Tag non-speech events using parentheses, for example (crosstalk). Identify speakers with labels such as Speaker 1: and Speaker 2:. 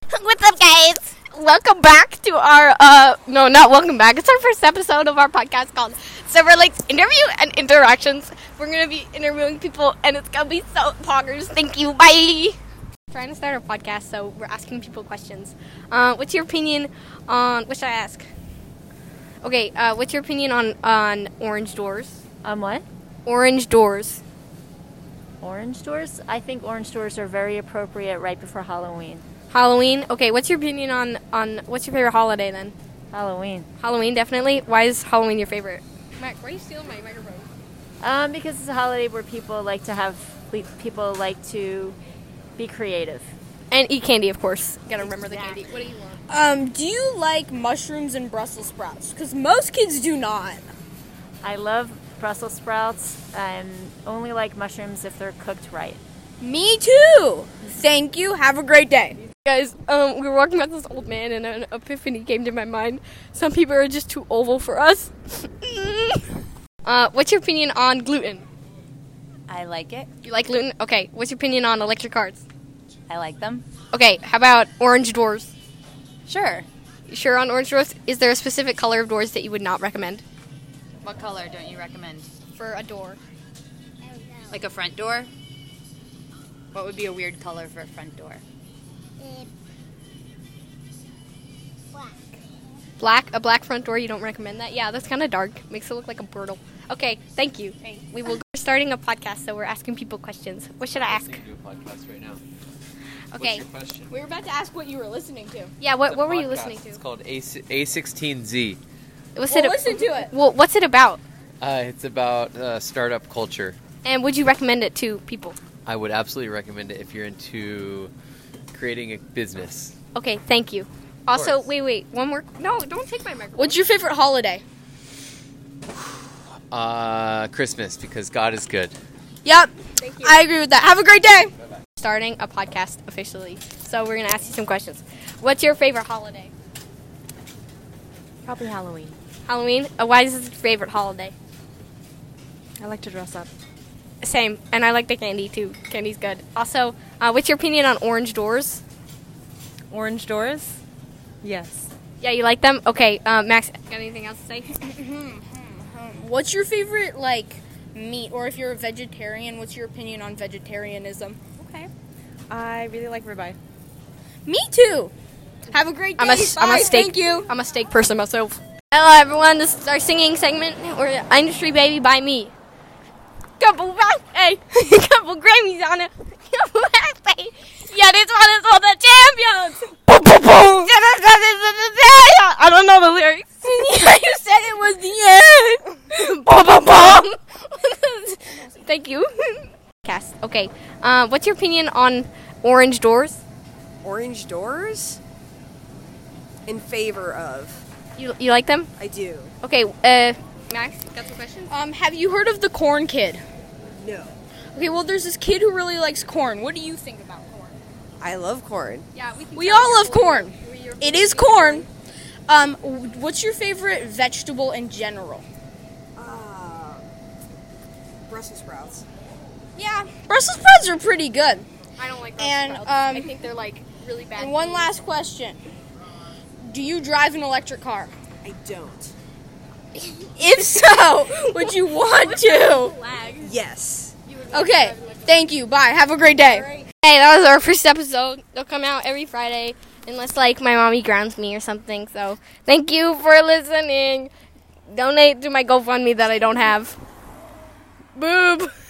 Speaker 1: (laughs) welcome back to our uh no, not welcome back. It's our first episode of our podcast called Silver Lakes Interview and Interactions. We're gonna be interviewing people, and it's gonna be so poggers. Thank you. Bye. Trying to start a podcast, so we're asking people questions. Uh, what's your opinion on? What should I ask? Okay, uh, what's your opinion on on orange doors?
Speaker 2: Um, what?
Speaker 1: Orange doors.
Speaker 2: Orange doors? I think orange doors are very appropriate right before Halloween.
Speaker 1: Halloween. Okay, what's your opinion on on what's your favorite holiday then?
Speaker 2: Halloween.
Speaker 1: Halloween, definitely. Why is Halloween your favorite? Mac, why are you stealing my microphone?
Speaker 2: Um, because it's a holiday where people like to have we- people like to be creative.
Speaker 1: And eat candy, of course. Gotta remember the candy. What do you want?
Speaker 3: Um, do you like mushrooms and Brussels sprouts? Because most kids do not.
Speaker 2: I love Brussels sprouts. I only like mushrooms if they're cooked right.
Speaker 3: Me too. Thank you. Have a great day.
Speaker 1: Guys, um, we were walking by this old man, and an epiphany came to my mind. Some people are just too oval for us. (laughs) uh, what's your opinion on gluten?
Speaker 4: I like it.
Speaker 1: You like gluten? Okay. What's your opinion on electric cars?
Speaker 4: I like them.
Speaker 1: Okay. How about orange doors?
Speaker 4: Sure.
Speaker 1: You sure on orange doors? Is there a specific color of doors that you would not recommend?
Speaker 4: What color don't you recommend?
Speaker 1: For a door.
Speaker 4: Like a front door? What would be a weird color for a front door?
Speaker 1: Black, a black front door. You don't recommend that? Yeah, that's kind of dark. Makes it look like a burtle. Okay, thank you. We will. We're starting a podcast, so we're asking people questions. What should I ask?
Speaker 5: do a podcast right now. What's
Speaker 1: Okay.
Speaker 5: your question?
Speaker 3: We were about to ask what you were listening to.
Speaker 1: Yeah. What
Speaker 5: It's a
Speaker 1: What were you
Speaker 5: podcast.
Speaker 1: listening to?
Speaker 5: It's called A- A16Z.
Speaker 1: What's
Speaker 3: Well,
Speaker 1: it?
Speaker 3: listen to it.
Speaker 1: Well, what's it about?
Speaker 5: Uh, it's about uh, startup culture.
Speaker 1: And would you recommend it to people?
Speaker 5: I would absolutely recommend it if you're into creating a business.
Speaker 1: Okay, thank you. Also,
Speaker 5: course.
Speaker 1: wait, wait, one more. No, don't take my microphone.
Speaker 3: What's your favorite holiday?
Speaker 5: Uh, Christmas, because God is good.
Speaker 3: Yep. I agree with that. Have a great day.
Speaker 1: Starting a podcast officially, so we're gonna ask you some questions. What's your favorite holiday?
Speaker 2: Probably Halloween.
Speaker 1: Halloween. Uh, why is this your favorite holiday?
Speaker 2: I like to dress up.
Speaker 1: Same, and I like the candy too. Candy's good. Also, uh, what's your opinion on orange doors?
Speaker 6: Orange doors? Yes.
Speaker 1: Yeah, you like them? Okay, uh, Max, got anything else to say?
Speaker 3: What's your favorite like meat, or if you're a vegetarian, what's your opinion on vegetarianism?
Speaker 6: I really like ribeye.
Speaker 3: Me too. Have a great day.
Speaker 1: I'm a, am
Speaker 3: Bye.
Speaker 1: a steak.
Speaker 3: Thank you.
Speaker 1: I'm a steak person myself. Hello, everyone. This is our singing segment. We're Industry Baby by me. Couple birthday, (laughs) couple Grammys on it. Couple birthday. Yeah, this one is for the champions. (laughs) Boom, boom, boom. I don't know the lyrics. (laughs) you said it was the end. (laughs) boom, boom, boom. Thank you. (laughs) Cast. Okay. Uh, what's your opinion on orange doors?
Speaker 7: orange doors in favor of
Speaker 1: You, you like them?
Speaker 7: i do
Speaker 1: Okay. Uh, Max, got some questions?
Speaker 3: Um, have you heard of the corn kid?
Speaker 7: no
Speaker 3: Okay, well, there's this kid who really likes corn. What do you think about corn?
Speaker 7: i love corn
Speaker 1: Yeah, we, think
Speaker 3: We all love corn. It is corn. Um, w- what's your favorite vegetable in general?
Speaker 7: uh, brussels sprouts
Speaker 3: Yeah, Brussels sprouts are pretty good.
Speaker 1: I don't like
Speaker 3: Brussels And, sprouts. um, I think
Speaker 1: they're like really bad.
Speaker 3: And one last question: Do you drive an electric car?
Speaker 7: i don't
Speaker 3: If so, would you want to?
Speaker 7: yes
Speaker 3: Okay. Thank you. Bye. Have a great day.
Speaker 1: Hey, that was our first episode. They'll come out every Friday, unless like my mommy grounds me or something. So thank you for listening. Donate to my GoFundMe that I don't have. Boob.